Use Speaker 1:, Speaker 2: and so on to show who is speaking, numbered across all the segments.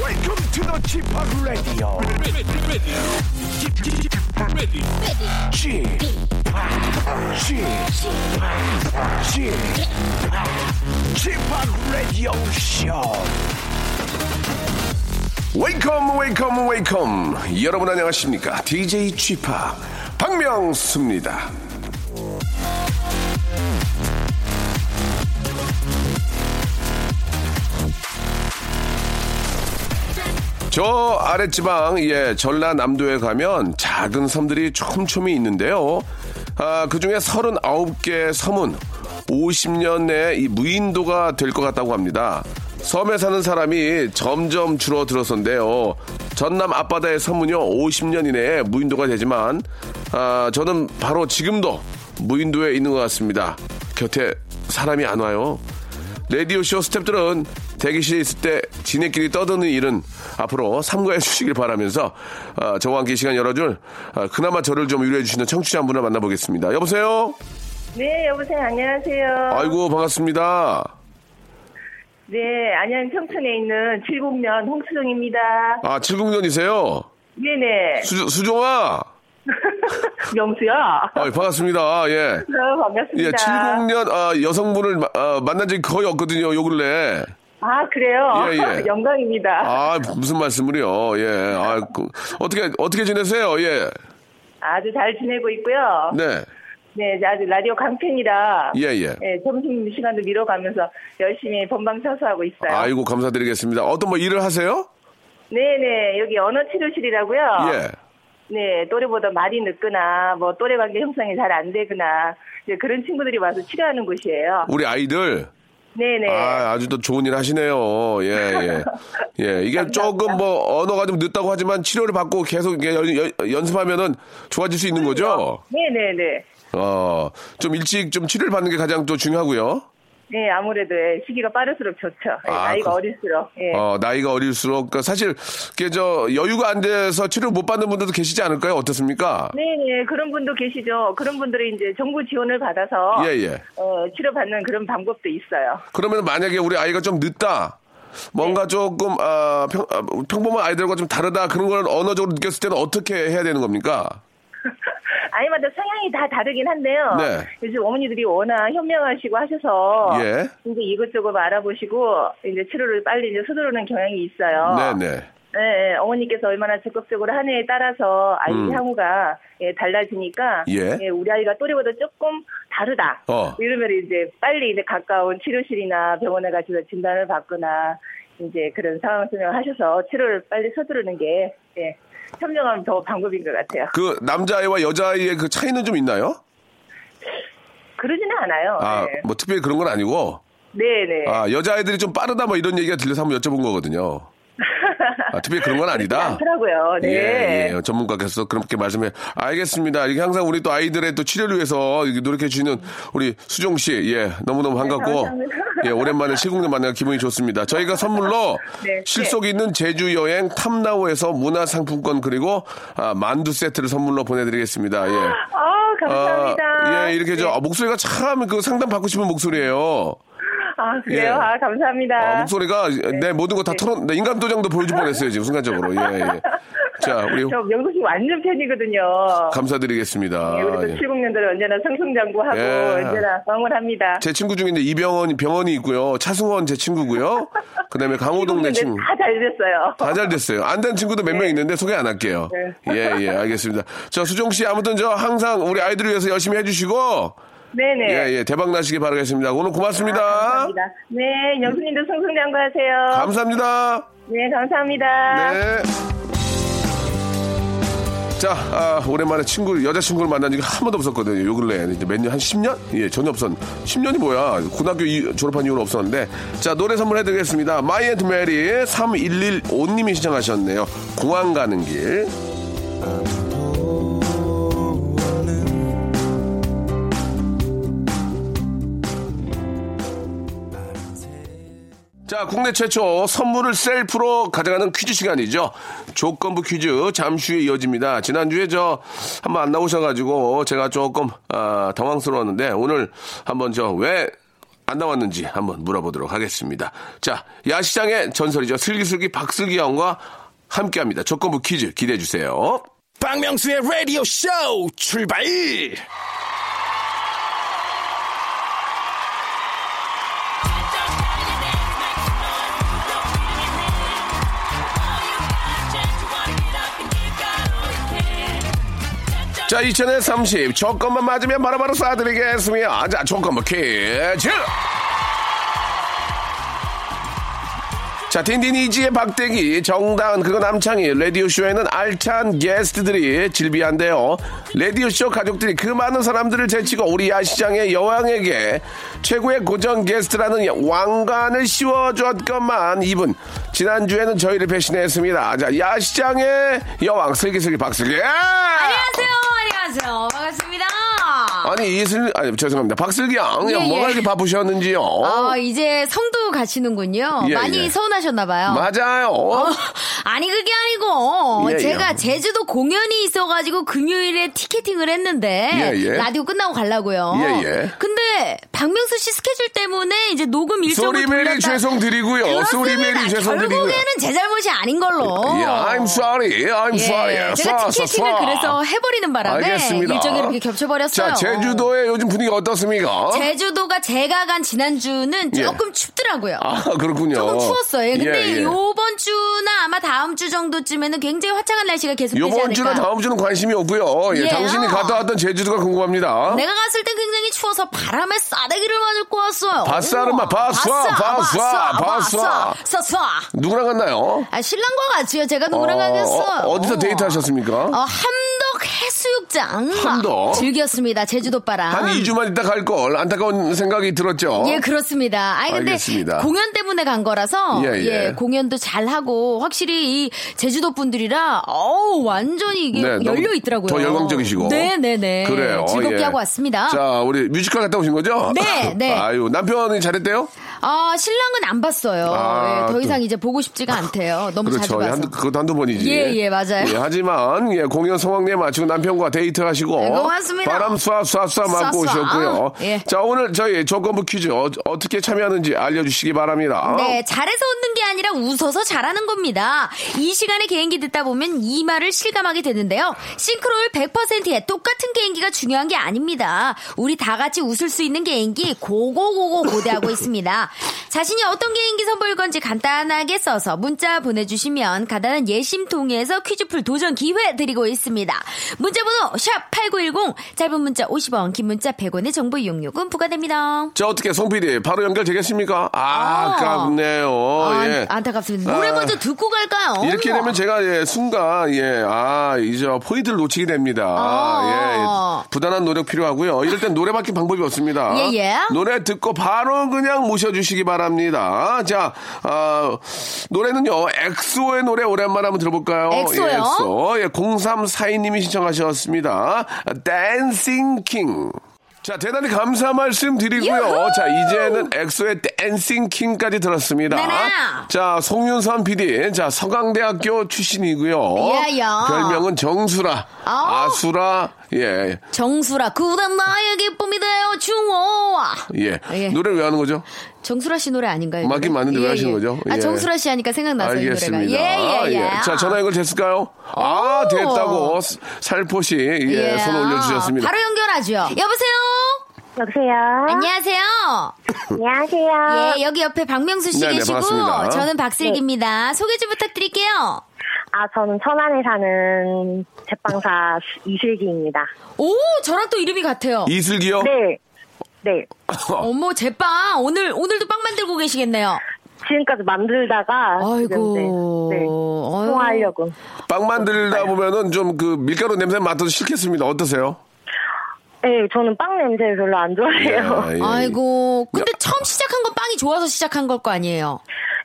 Speaker 1: Welcome to the g p o p Radio. g p o p g p o p Radio Show.
Speaker 2: 웨이컴 웨이컴 웨이컴 여러분 안녕하십니까 DJ g p 파 박명수입니다 저 아랫지방 예 전라남도에 가면 작은 섬들이 촘촘히 있는데요 아, 그중에 39개 섬은 50년 내에 이 무인도가 될 것 같다고 합니다 섬에 사는 사람이 점점 줄어들었었는데요 전남 앞바다의 섬은요 50년 이내에 무인도가 되지만 아, 저는 바로 지금도 무인도에 있는 것 같습니다 곁에 사람이 안 와요 라디오쇼 스탭들은 대기실에 있을 때 지네끼리 떠드는 일은 앞으로 삼가해 주시길 바라면서 아, 저와 함께 이 시간 열어줄 아, 그나마 저를 좀 위로해 주시는 청취자 한 분을 만나보겠습니다. 여보세요?
Speaker 3: 네, 여보세요. 안녕하세요.
Speaker 2: 아이고 반갑습니다.
Speaker 3: 네, 안양 청천에 있는 70년 홍수정입니다.
Speaker 2: 아 70년이세요?
Speaker 3: 네네.
Speaker 2: 수, 수종아?
Speaker 3: 명수요.
Speaker 2: 아, 반갑습니다. 예.
Speaker 3: 어, 반갑습니다.
Speaker 2: 예, 70년 아, 여성분을 마- 아, 만난 적이 거의 없거든요. 요 근래.
Speaker 3: 아, 그래요?
Speaker 2: 예, 예.
Speaker 3: 영광입니다. 아.
Speaker 2: 아 무슨 말씀을요? 예. 아, 그, 어떻게 어떻게 지내세요? 예.
Speaker 3: 주잘 지내고 있고요.
Speaker 2: 네.
Speaker 3: 네, 이제 아주 라디오 강팬이라. 네,
Speaker 2: 예, 예.
Speaker 3: 점심 시간도 미뤄가면서 열심히 본방 사수하고 있어요.
Speaker 2: 아이고 감사드리겠습니다. 어떤 뭐 일을 하세요?
Speaker 3: 네네. 여기 언어치료실이라고요.
Speaker 2: 예.
Speaker 3: 네, 또래보다 말이 늦거나, 뭐, 또래 관계 형성이 잘 안 되거나, 이제 그런 친구들이 와서 치료하는 곳이에요.
Speaker 2: 우리 아이들
Speaker 3: 네네.
Speaker 2: 아, 아주 또 좋은 일 하시네요. 예, 예. 예, 이게 조금 뭐 언어가 좀 늦다고 하지만 치료를 받고 계속 이게 연, 연- 연습하면은 좋아질 수 있는 거죠?
Speaker 3: 네네네.
Speaker 2: 어, 좀 일찍 좀 치료를 받는 게 가장 또 중요하고요.
Speaker 3: 네, 아무래도 예, 시기가 빠를수록 좋죠. 예,
Speaker 2: 아,
Speaker 3: 나이가
Speaker 2: 그-
Speaker 3: 어릴수록. 예.
Speaker 2: 어, 나이가 어릴수록 그러니까 사실 이게 저 여유가 안 돼서 치료를 못 받는 분들도 계시지 않을까요? 어떻습니까?
Speaker 3: 네네, 그런 분도 계시죠. 그런 분들이 이제 정부 지원을 받아서
Speaker 2: 예, 예.
Speaker 3: 어, 치료받는 그런 방법도 있어요.
Speaker 2: 그러면 만약에 우리 아이가 좀 늦다. 뭔가
Speaker 3: 네.
Speaker 2: 조금 아, 평, 아, 평범한 아이들과 좀 다르다 그런 걸 언어적으로 느꼈을 때는 어떻게 해야 되는 겁니까?
Speaker 3: 아이마다 성향이 다 다르긴 한데요.
Speaker 2: 네.
Speaker 3: 요즘 어머니들이 워낙 현명하시고 하셔서
Speaker 2: 예.
Speaker 3: 이제 이것저것 알아보시고 이제 치료를 빨리 이제 서두르는 경향이 있어요.
Speaker 2: 네네.
Speaker 3: 예, 예, 어머니께서 얼마나 적극적으로 하느냐에 따라서 아이 향후가 예, 달라지니까
Speaker 2: 음. 예.
Speaker 3: 우리 아이가 또래보다 조금 다르다.
Speaker 2: 어.
Speaker 3: 이러면 이제 빨리 이제 가까운 치료실이나 병원에 가셔서 진단을 받거나 이제 그런 상황 설명을 하셔서 치료를 빨리 서두르는 게 예, 현명한 더 방법인 것 같아요.
Speaker 2: 그 남자아이와 여자아이의 그 차이는 좀 있나요?
Speaker 3: 그러지는 않아요.
Speaker 2: 아,
Speaker 3: 예.
Speaker 2: 뭐 특별히 그런 건 아니고.
Speaker 3: 네, 네.
Speaker 2: 아, 여자아이들이 좀 빠르다 뭐 이런 얘기가 들려서 한번 여쭤본 거거든요. 아, 특별히 그런 건 아니다.
Speaker 3: 그렇더라고요. 네.
Speaker 2: 예, 예. 전문가께서 그렇게 말씀해. 알겠습니다. 이게 항상 우리 또 아이들의 또 치료를 위해서 이렇게 노력해 주시는 우리 수종 씨. 예. 너무너무 반갑고.
Speaker 3: 네, 감사합니다.
Speaker 2: 예, 오랜만에 실공녀 만나 기분이 좋습니다. 저희가 선물로
Speaker 3: 네.
Speaker 2: 실속 있는 제주 여행 탐나오에서 문화 상품권 그리고 아, 만두 세트를 선물로 보내 드리겠습니다. 예.
Speaker 3: 아, 감사합니다.
Speaker 2: 아, 예, 이렇게 저
Speaker 3: 네.
Speaker 2: 아, 목소리가 참 그 상담 받고 싶은 목소리예요.
Speaker 3: 아, 그래요?
Speaker 2: 예.
Speaker 3: 아, 네. 감사합니다.
Speaker 2: 아, 목소리가 내 모든 거 다 털어, 내 인간 도장도 보여줄 뻔했어요 지금 순간적으로. 예, 예. 자, 우리
Speaker 3: 저 명수 씨 완전 팬이거든요.
Speaker 2: 감사드리겠습니다.
Speaker 3: 예, 우리 또
Speaker 2: 예.
Speaker 3: 70년대를 언제나 성승장구하고
Speaker 2: 예.
Speaker 3: 언제나 응원합니다.
Speaker 2: 제 친구 중에 이제 이병헌 병헌이 있고요, 차승원 제 친구고요. 그다음에 강호동 내 친구.
Speaker 3: 다잘 됐어요.
Speaker 2: 다 잘 됐어요. 안 된 친구도 몇 명 있는데 소개 안 할게요.
Speaker 3: 네.
Speaker 2: 예, 예, 알겠습니다. 저 수종 씨 아무튼 저 항상 우리 아이들을 위해서 열심히 해주시고
Speaker 3: 네네. 아,
Speaker 2: 예, 예, 대박 나시길 바라겠습니다. 오늘 고맙습니다.
Speaker 3: 감사합니다. 네, 영수님도 승승장구하세요.
Speaker 2: 감사합니다.
Speaker 3: 네, 감사합니다.
Speaker 2: 네. 자, 아, 오랜만에 친구, 여자친구를 만난 지가 한 번도 없었거든요. 요 근래. 이제 몇 년, 한 10년? 예, 전혀 없었 10년이 뭐야. 고등학교 이- 졸업한 이후는 없었는데. 자, 노래 선물해드리겠습니다. 마이 앤드 메리 3115님이 신청하셨네요. 공항 가는 길. 자, 국내 최초 선물을 셀프로 가져가는 퀴즈 시간이죠. 조건부 퀴즈 잠시 후에 이어집니다. 지난주에 저 한번 안 나오셔가지고 제가 조금 아, 당황스러웠는데 오늘 한번 저 왜 안 나왔는지 한번 물어보도록 하겠습니다. 자, 야시장의 전설이죠. 슬기슬기 박슬기 형과 함께합니다. 조건부 퀴즈 기대해 주세요.
Speaker 1: 박명수의 라디오 쇼 출발!
Speaker 2: 자, 2000에 30 조건만 맞으면 바로바로 쏴드리겠습니다. 자, 조건부 퀴즈. 자, 딘딘이지의 박대기, 정다은, 그리고 남창희, 라디오쇼에는 알찬 게스트들이 질비한데요. 라디오쇼 가족들이 그 많은 사람들을 제치고 우리 야시장의 여왕에게 최고의 고정 게스트라는 왕관을 씌워줬건만 이분, 지난주에는 저희를 배신했습니다. 자, 야시장의 여왕, 슬기슬기 박슬기.
Speaker 4: 안녕하세요. 안녕하세요. 반갑습니다.
Speaker 2: 아니 이슬 아니 죄송합니다 박슬기 양
Speaker 4: 예,
Speaker 2: 뭐가
Speaker 4: 예.
Speaker 2: 이렇게 바쁘셨는지요
Speaker 4: 아, 이제 성도 가시는군요.
Speaker 2: 예,
Speaker 4: 많이
Speaker 2: 예.
Speaker 4: 서운하셨나봐요.
Speaker 2: 맞아요
Speaker 4: 어, 아니 그게 아니고
Speaker 2: 예, 예.
Speaker 4: 제가 제주도 공연이 있어가지고 금요일에 티켓팅을 했는데
Speaker 2: 예, 예.
Speaker 4: 라디오 끝나고 가려고요.
Speaker 2: 예, 예.
Speaker 4: 근데 박명수 씨 스케줄 때문에 이제 녹음 일정을
Speaker 2: 소리메리
Speaker 4: 돌렸다.
Speaker 2: 죄송드리고요 소리메리
Speaker 4: 그렇습니다.
Speaker 2: 죄송드리고요
Speaker 4: 결국에는 제 잘못이 아닌 걸로.
Speaker 2: 예, I'm sorry I'm
Speaker 4: 예,
Speaker 2: sorry
Speaker 4: 제가
Speaker 2: 쏴, 쏴,
Speaker 4: 티켓팅을
Speaker 2: 쏴.
Speaker 4: 그래서 해버리는 바람에
Speaker 2: 알겠습니다
Speaker 4: 일정이 이렇게 겹쳐버렸어요.
Speaker 2: 자 제주도의 요즘 분위기 어떻습니까
Speaker 4: 제주도가 제가 간 지난주는
Speaker 2: 예.
Speaker 4: 조금 춥더라고요.
Speaker 2: 아 그렇군요
Speaker 4: 조금 추웠어요. 예, 근데
Speaker 2: 예, 예.
Speaker 4: 요번 주나 아마 다음 주 정도쯤에는 굉장히 화창한 날씨가 계속되지 않을까.
Speaker 2: 요번 주나 다음 주는 관심이 없고요 예,
Speaker 4: 예, 네.
Speaker 2: 당신이
Speaker 4: 어.
Speaker 2: 갔다 왔던 제주도가 궁금합니다
Speaker 4: 내가 갔을 땐 굉장히 추워서 바람에 싸대기를 맞을 거 왔어요. 아,
Speaker 2: 바싸는 마, 바싸, 바싸, 바싸.
Speaker 4: 싸싸.
Speaker 2: 누구랑 갔나요
Speaker 4: 아, 신랑과 같이요. 제가 누구랑 가겠어요.
Speaker 2: 어, 디서 데이트하셨습니까
Speaker 4: 어, 함덕 해수욕장.
Speaker 2: 함덕.
Speaker 4: 즐겼습니다. 제주도 바람.
Speaker 2: 한 2주만 있다 갈 걸 안타까운 생각이 들었죠.
Speaker 4: 아. 예, 그렇습니다. 아니, 근데
Speaker 2: 어? 알겠습니다.
Speaker 4: 공연 때문에 간 거라서
Speaker 2: 예,
Speaker 4: 예,
Speaker 2: 예.
Speaker 4: 공연도 잘 하고 확실히 이 제주도 분들이라 어우 완전히 이게
Speaker 2: 네, 너무
Speaker 4: 예, 열려 있더라고요.
Speaker 2: 더 열광적이시고.
Speaker 4: 네, 네, 네.
Speaker 2: 그래요.
Speaker 4: 즐겁게
Speaker 2: 예.
Speaker 4: 하고 왔습니다.
Speaker 2: 자, 우리 뮤지컬 갔다 오신 거죠?
Speaker 4: 네, 네.
Speaker 2: 아유, 남편이 잘했대요?
Speaker 4: 아, 신랑은 안 봤어요.
Speaker 2: 아,
Speaker 4: 예, 더
Speaker 2: 또. 아,
Speaker 4: 이상 이제 보고 싶지가 않대요. 너무 자주
Speaker 2: 그렇죠.
Speaker 4: 봐서.
Speaker 2: 한두, 그것도 한두 번이지.
Speaker 4: 예, 예, 맞아요.
Speaker 2: 예, 하지만, 예, 공연 성황리에 마치고 남편과 데이트하시고.
Speaker 4: 네, 고맙습니다.
Speaker 2: 바람 쏴, 쏴, 쏴 맞고
Speaker 4: 쏴, 쏴.
Speaker 2: 오셨고요.
Speaker 4: 예.
Speaker 2: 자, 오늘 저희 조건부 퀴즈 어, 떻게 참여하는지 알려주시기 바랍니다.
Speaker 4: 네, 잘해서 웃는 게 아니라 웃어서 잘하는 겁니다. 이 시간에 개인기 듣다 보면 이 말을 실감하게 되는데요. 싱크로율 100%에 똑같은 개인기가 중요한 게 아닙니다. 우리 다 같이 웃을 수 있는 개인기 고고고고 고대하고 있습니다. 자신이 어떤 개인기 선보일 건지 간단하게 써서 문자 보내주시면 간단한 예심 통해서 퀴즈풀 도전 기회 드리고 있습니다. 문자번호 샵8910 짧은 문자 50원 긴 문자 100원의 정보 이용료금 부과됩니다.
Speaker 2: 자, 어떻게, 송 PD, 바로 연결되겠습니까? 아, 아깝네요.
Speaker 4: 아,
Speaker 2: 예.
Speaker 4: 안타깝습니다. 노래
Speaker 2: 아.
Speaker 4: 먼저 듣고 갈까요?
Speaker 2: 이렇게 되면 제가 예, 순간 예, 아 이제 포인트를 놓치게 됩니다.
Speaker 4: 아.
Speaker 2: 예, 부단한 노력 필요하고요. 이럴 땐 노래밖에 방법이 없습니다.
Speaker 4: 예, 예.
Speaker 2: 노래 듣고 바로 그냥 모셔주시기 바랍니다. 자, 아, 노래는요 엑소의 노래 오랜만에 한번 들어볼까요?
Speaker 4: 엑소요?
Speaker 2: 예, 엑소. 예, 0342님이 신청하셨습니다. 댄싱 킹. 자, 대단히 감사 말씀 드리고요.
Speaker 4: 유후!
Speaker 2: 자, 이제는 엑소의 댄싱 킹까지 들었습니다.
Speaker 4: 네네.
Speaker 2: 자, 송윤선 PD. 자, 서강대학교 출신이고요.
Speaker 4: 예, 예.
Speaker 2: 별명은 정수라.
Speaker 4: 아.
Speaker 2: 아수라. 예.
Speaker 4: 정수라 그우단 나의 기쁨이 되어 주워.
Speaker 2: 예.
Speaker 4: 예.
Speaker 2: 노래를 왜 하는 거죠?
Speaker 4: 정수라 씨 노래 아닌가요?
Speaker 2: 맞긴
Speaker 4: 이거는?
Speaker 2: 맞는데 왜
Speaker 4: 예,
Speaker 2: 하시는
Speaker 4: 예.
Speaker 2: 거죠?
Speaker 4: 아
Speaker 2: 예.
Speaker 4: 정수라 씨 하니까 생각나서 이 노래가.
Speaker 2: 알겠습니다.
Speaker 4: 예예 예,
Speaker 2: 예. 자, 전화 연결 됐을까요? 아,
Speaker 4: 오.
Speaker 2: 됐다고 스- 살포시 예,
Speaker 4: 예.
Speaker 2: 손 올려주셨습니다. 예.
Speaker 4: 바로 연결하죠. 여보세요.
Speaker 5: 여보세요.
Speaker 4: 안녕하세요.
Speaker 5: 안녕하세요.
Speaker 4: 예, 여기 옆에 박명수 씨
Speaker 2: 네네,
Speaker 4: 계시고
Speaker 2: 반갑습니다.
Speaker 4: 저는 박슬기입니다. 소개 좀 부탁드릴게요.
Speaker 5: 아, 저는 천안에 사는 제빵사 이슬기입니다.
Speaker 4: 오, 저랑 또 이름이 같아요.
Speaker 2: 이슬기요?
Speaker 5: 네. 네.
Speaker 4: 어머, 제빵 오늘 오늘도 빵 만들고 계시겠네요.
Speaker 5: 지금까지 만들다가 지금 네,
Speaker 4: 아이고.
Speaker 5: 네,
Speaker 4: 아유.
Speaker 5: 통화하려고.
Speaker 2: 빵 만들다 보면은 좀 그 밀가루 냄새 맡아서 싫겠습니다. 어떠세요?
Speaker 5: 네, 저는 빵 냄새 별로 안 좋아해요.
Speaker 2: 예, 예.
Speaker 4: 아이고. 근데 처음 시작한 건 빵이 좋아서 시작한 걸 거 아니에요.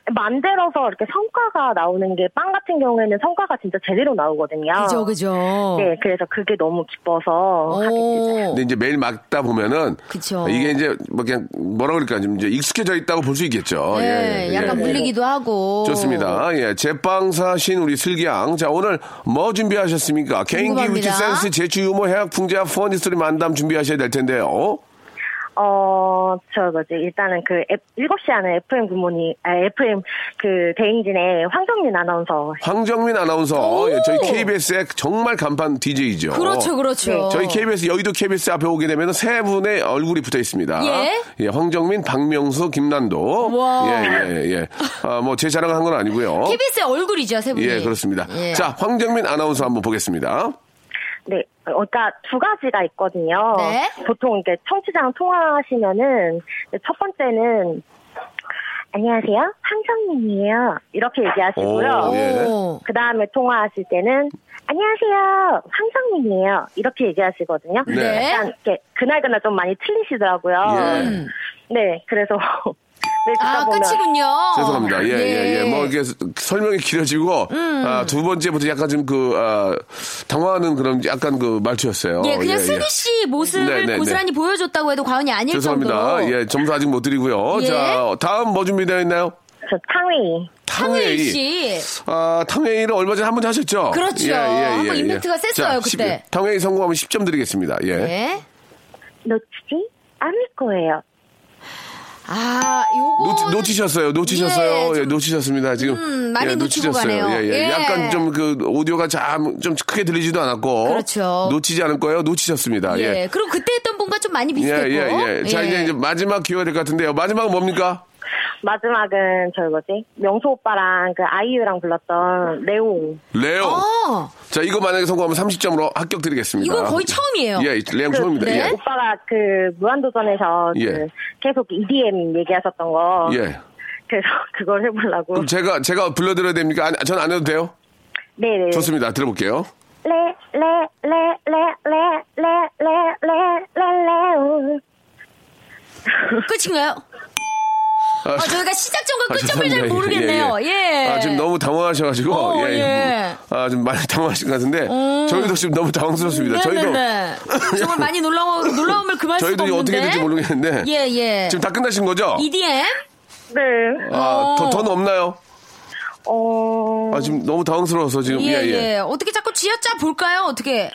Speaker 5: 만들어서 이렇게 성과가 나오는 게 빵 같은 경우에는 성과가 진짜 제대로 나오거든요.
Speaker 4: 그죠, 그죠.
Speaker 5: 어. 네, 그래서 그게 너무 기뻐서 하게 됐어요.
Speaker 4: 오.
Speaker 2: 근데 이제 매일 막다 보면은
Speaker 4: 그쵸.
Speaker 2: 이게 이제 뭐 그냥 뭐라 그럴까 좀 이제 익숙해져 있다고 볼 수 있겠죠.
Speaker 4: 예, 약간 물리기도 하고.
Speaker 2: 좋습니다. 예, 제빵사신 우리 슬기양. 자, 오늘 뭐 준비하셨습니까? 개인기
Speaker 4: 궁금합니다.
Speaker 2: 위치 센스, 재치 유머, 해학 풍자, 퍼니 스토리 만담 준비하셔야 될 텐데요.
Speaker 5: 어, 저 뭐지, 일단은 그, F- 7시 하는 FM 굿모닝, 아, FM 그, 대행진의 황정민 아나운서.
Speaker 2: 황정민 아나운서,
Speaker 4: 오!
Speaker 2: 예, 저희 KBS의 정말 간판 DJ이죠.
Speaker 4: 그렇죠,
Speaker 5: 네.
Speaker 4: 그렇죠.
Speaker 2: 어. 저희 KBS 여의도 KBS 앞에 오게 되면 세 분의 얼굴이 붙어 있습니다.
Speaker 4: 예.
Speaker 2: 황정민, 박명수, 김난도.
Speaker 4: 와.
Speaker 2: 예, 예, 예. 아, 뭐 제 자랑을 한 건 아니고요.
Speaker 4: KBS의 얼굴이죠, 세 분이.
Speaker 2: 어? 예, 그렇습니다.
Speaker 4: 예.
Speaker 2: 자, 황정민 아나운서 한번 보겠습니다.
Speaker 5: 네, 어, 그러니까 두 가지가 있거든요.
Speaker 4: 네.
Speaker 5: 보통 이렇게 청취자랑 통화하시면은, 첫 번째는, 안녕하세요, 황정민이에요. 이렇게 얘기하시고요.
Speaker 2: 오, 예.
Speaker 4: 오.
Speaker 5: 그 다음에 통화하실 때는, 안녕하세요, 황정민이에요. 이렇게 얘기하시거든요.
Speaker 2: 네.
Speaker 5: 약간 이렇게, 그날그날 좀 많이 틀리시더라고요.
Speaker 2: 예.
Speaker 5: 네, 그래서. 네, 듣다
Speaker 4: 아,
Speaker 5: 보면
Speaker 4: 끝이군요.
Speaker 2: 죄송합니다. 예, 예, 예.
Speaker 4: 네.
Speaker 2: 뭐, 이게 설명이 길어지고,
Speaker 4: 음.
Speaker 2: 아, 두 번째부터 약간 좀 그, 아, 당황하는 그런 약간 그 말투였어요.
Speaker 4: 예, 그냥 슬기 씨 모습을
Speaker 2: 네, 네,
Speaker 4: 고스란히 보여줬다고 해도 과언이 아닐
Speaker 2: 죄송합니다.
Speaker 4: 정도로.
Speaker 2: 예, 점수 아직 못 드리고요.
Speaker 4: 예.
Speaker 2: 자, 다음 뭐 준비되어 있나요?
Speaker 5: 저 탕웨이.
Speaker 4: 황일
Speaker 2: 탕웨이.
Speaker 4: 씨.
Speaker 2: 아, 탕웨이를 얼마 전에 한 번 하셨죠? 예,
Speaker 4: 그렇죠. 한번 임팩트가 셌어요,
Speaker 2: 자,
Speaker 4: 그때.
Speaker 2: 10, 탕웨이 성공하면 10점 드리겠습니다. 예.
Speaker 4: 예.
Speaker 5: 놓치지 않을 거예요.
Speaker 4: 아, 요거.
Speaker 2: 놓치, 놓치셨어요. 놓치셨어요.
Speaker 4: 예,
Speaker 2: 예,
Speaker 4: 좀-
Speaker 2: 놓치셨습니다. 지금
Speaker 4: 음, 많이
Speaker 2: 예,
Speaker 4: 놓치고 가네요.
Speaker 2: 예, 예.
Speaker 4: 예.
Speaker 2: 약간 좀 그 오디오가 참, 좀 크게 들리지도 않았고.
Speaker 4: 그렇죠.
Speaker 2: 놓치지 않을 거예요. 놓치셨습니다. 예.
Speaker 4: 예. 그리고 그때 했던 분과 좀 많이
Speaker 2: 예,
Speaker 4: 비슷했고.
Speaker 2: 예, 예. 자, 이제, 이제 마지막 기회가 될 것 같은데요. 마지막은 뭡니까?
Speaker 5: 마지막은 저 뭐지? 명수 오빠랑 그 아이유랑 불렀던 레옹.
Speaker 2: 레옹.
Speaker 4: 어,
Speaker 2: 자, 이거 만약에 성공하면 30점으로 합격 드리겠습니다.
Speaker 4: 이건 거의 처음이에요.
Speaker 2: 예, 레옹
Speaker 5: 그,
Speaker 2: 처음입니다.
Speaker 4: 네.
Speaker 2: 예.
Speaker 5: 오빠가 그 무한도전에서 그
Speaker 2: 예.
Speaker 5: 계속 EDM 얘기하셨던 거.
Speaker 2: 예.
Speaker 5: 그래서 그걸 해보려고.
Speaker 2: 그럼 제가, 제가 불러드려야 됩니까? 아니, 전안 해도 돼요?
Speaker 5: 네네.
Speaker 2: 좋습니다. 들어볼게요.
Speaker 5: 레, 레, 레, 레, 레, 레, 레, 레, 레, 레옹.
Speaker 4: 끝인가요? 아, 저희가 시작점과 끝점을 잘
Speaker 2: 죄송합니다.
Speaker 4: 모르겠네요. 예.
Speaker 2: 아, 지금 너무 당황하셔가지고.
Speaker 4: 어, 예. 음.
Speaker 2: 아, 좀 많이 당황하신 것 같은데. 저희도 지금 너무 당황스럽습니다. 저희도.
Speaker 4: 네네네. 정말 많이 놀라워, 놀라움을 금할 수가
Speaker 2: 저희도
Speaker 4: 없는데.
Speaker 2: 어떻게 될지 모르겠는데.
Speaker 4: 예, 예.
Speaker 2: 지금 다 끝나신 거죠?
Speaker 4: EDM?
Speaker 5: 네.
Speaker 4: 어.
Speaker 2: 아, 더, 더는 없나요?
Speaker 5: 어,
Speaker 2: 아, 지금 너무 당황스러워서 지금.
Speaker 4: 예, 예, 어떻게 자꾸 쥐어짜 볼까요? 어떻게?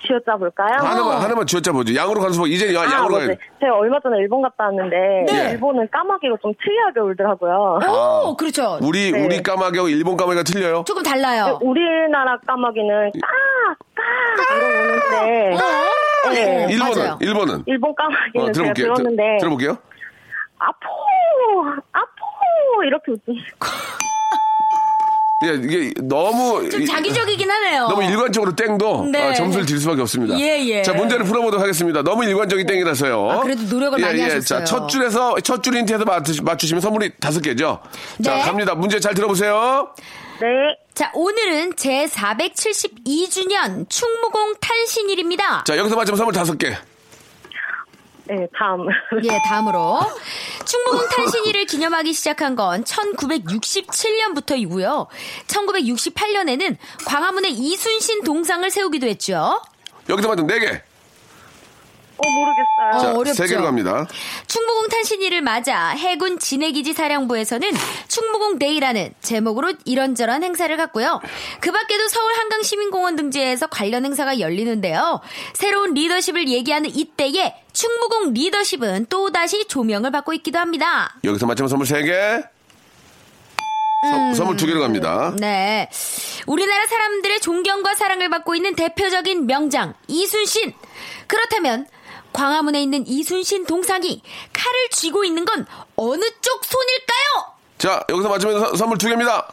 Speaker 5: 쥐어짜 볼까요?
Speaker 2: 하나만, 하나만 쥐어짜 보죠. 양으로 가는 수밖에, 이제 야,
Speaker 5: 아,
Speaker 2: 양으로
Speaker 4: 네,
Speaker 2: 가야
Speaker 5: 맞아요. 제가 얼마 전에 일본 갔다 왔는데
Speaker 2: 네.
Speaker 5: 일본은 까마귀가 좀 특이하게 울더라고요.
Speaker 4: 오, 그렇죠.
Speaker 2: 아. 우리,
Speaker 5: 네.
Speaker 2: 우리 까마귀하고 일본 까마귀가 틀려요?
Speaker 4: 조금
Speaker 2: 어.
Speaker 4: 달라요.
Speaker 5: 우리나라 까마귀는 까까 이러고 우는데
Speaker 4: 어? 네.
Speaker 2: 일본은,
Speaker 4: 맞아요.
Speaker 2: 일본은.
Speaker 5: 일본 까마귀는
Speaker 2: 어,
Speaker 5: 제가
Speaker 2: 들어볼게요. 들-
Speaker 5: 들었는데
Speaker 2: 들어볼게요.
Speaker 5: 아포 아포 이렇게 웃지.
Speaker 2: 예, 이게 너무.
Speaker 4: 좀
Speaker 2: 이-
Speaker 4: 자기적이긴 하네요.
Speaker 2: 너무 일관적으로 땡도
Speaker 4: 어. 네.
Speaker 2: 아, 점수를 드릴 수밖에 없습니다.
Speaker 4: 예, 예.
Speaker 2: 자 문제를 풀어보도록 하겠습니다. 너무 일관적인 땡이라서요. 예,
Speaker 4: 아, 그래도 노력을 많이 하셨어요.
Speaker 2: 자첫 줄에서 첫 줄 힌트에서 맞추, 맞추시면 선물이 다섯 개죠. 자
Speaker 4: 네.
Speaker 2: 갑니다. 문제 잘 들어보세요.
Speaker 5: 네.
Speaker 4: 자, 오늘은 제 472주년 충무공 탄신일입니다.
Speaker 2: 자 여기서 맞추면 선물 다섯 개.
Speaker 5: 네, 다음.
Speaker 4: 예, 다음으로 충무공 탄신일을 기념하기 시작한 건 1967년부터이고요. 1968년에는 광화문에 이순신 동상을 세우기도 했죠.
Speaker 2: 여기서 맞추면 네 개.
Speaker 5: 어, 모르겠어요.
Speaker 2: 자,
Speaker 4: 어렵죠.
Speaker 2: 세 개로 갑니다.
Speaker 4: 충무공 탄신일을 맞아 해군 진해기지 사령부에서는 충무공 데이라는 제목으로 이런저런 행사를 갖고요. 그 밖에도 서울 한강 시민공원 등지에서 관련 행사가 열리는데요. 새로운 리더십을 얘기하는 이때에 충무공 리더십은 또다시 조명을 받고 있기도 합니다.
Speaker 2: 여기서 맞추면 선물 세 개.
Speaker 4: 음.
Speaker 2: 선- 선물 두 개로 갑니다.
Speaker 4: 네. 우리나라 사람들의 존경과 사랑을 받고 있는 대표적인 명장 이순신. 그렇다면 광화문에 있는 이순신 동상이 칼을 쥐고 있는 건 어느 쪽 손일까요?
Speaker 2: 자 여기서 맞추면 선- 선물 두 개입니다.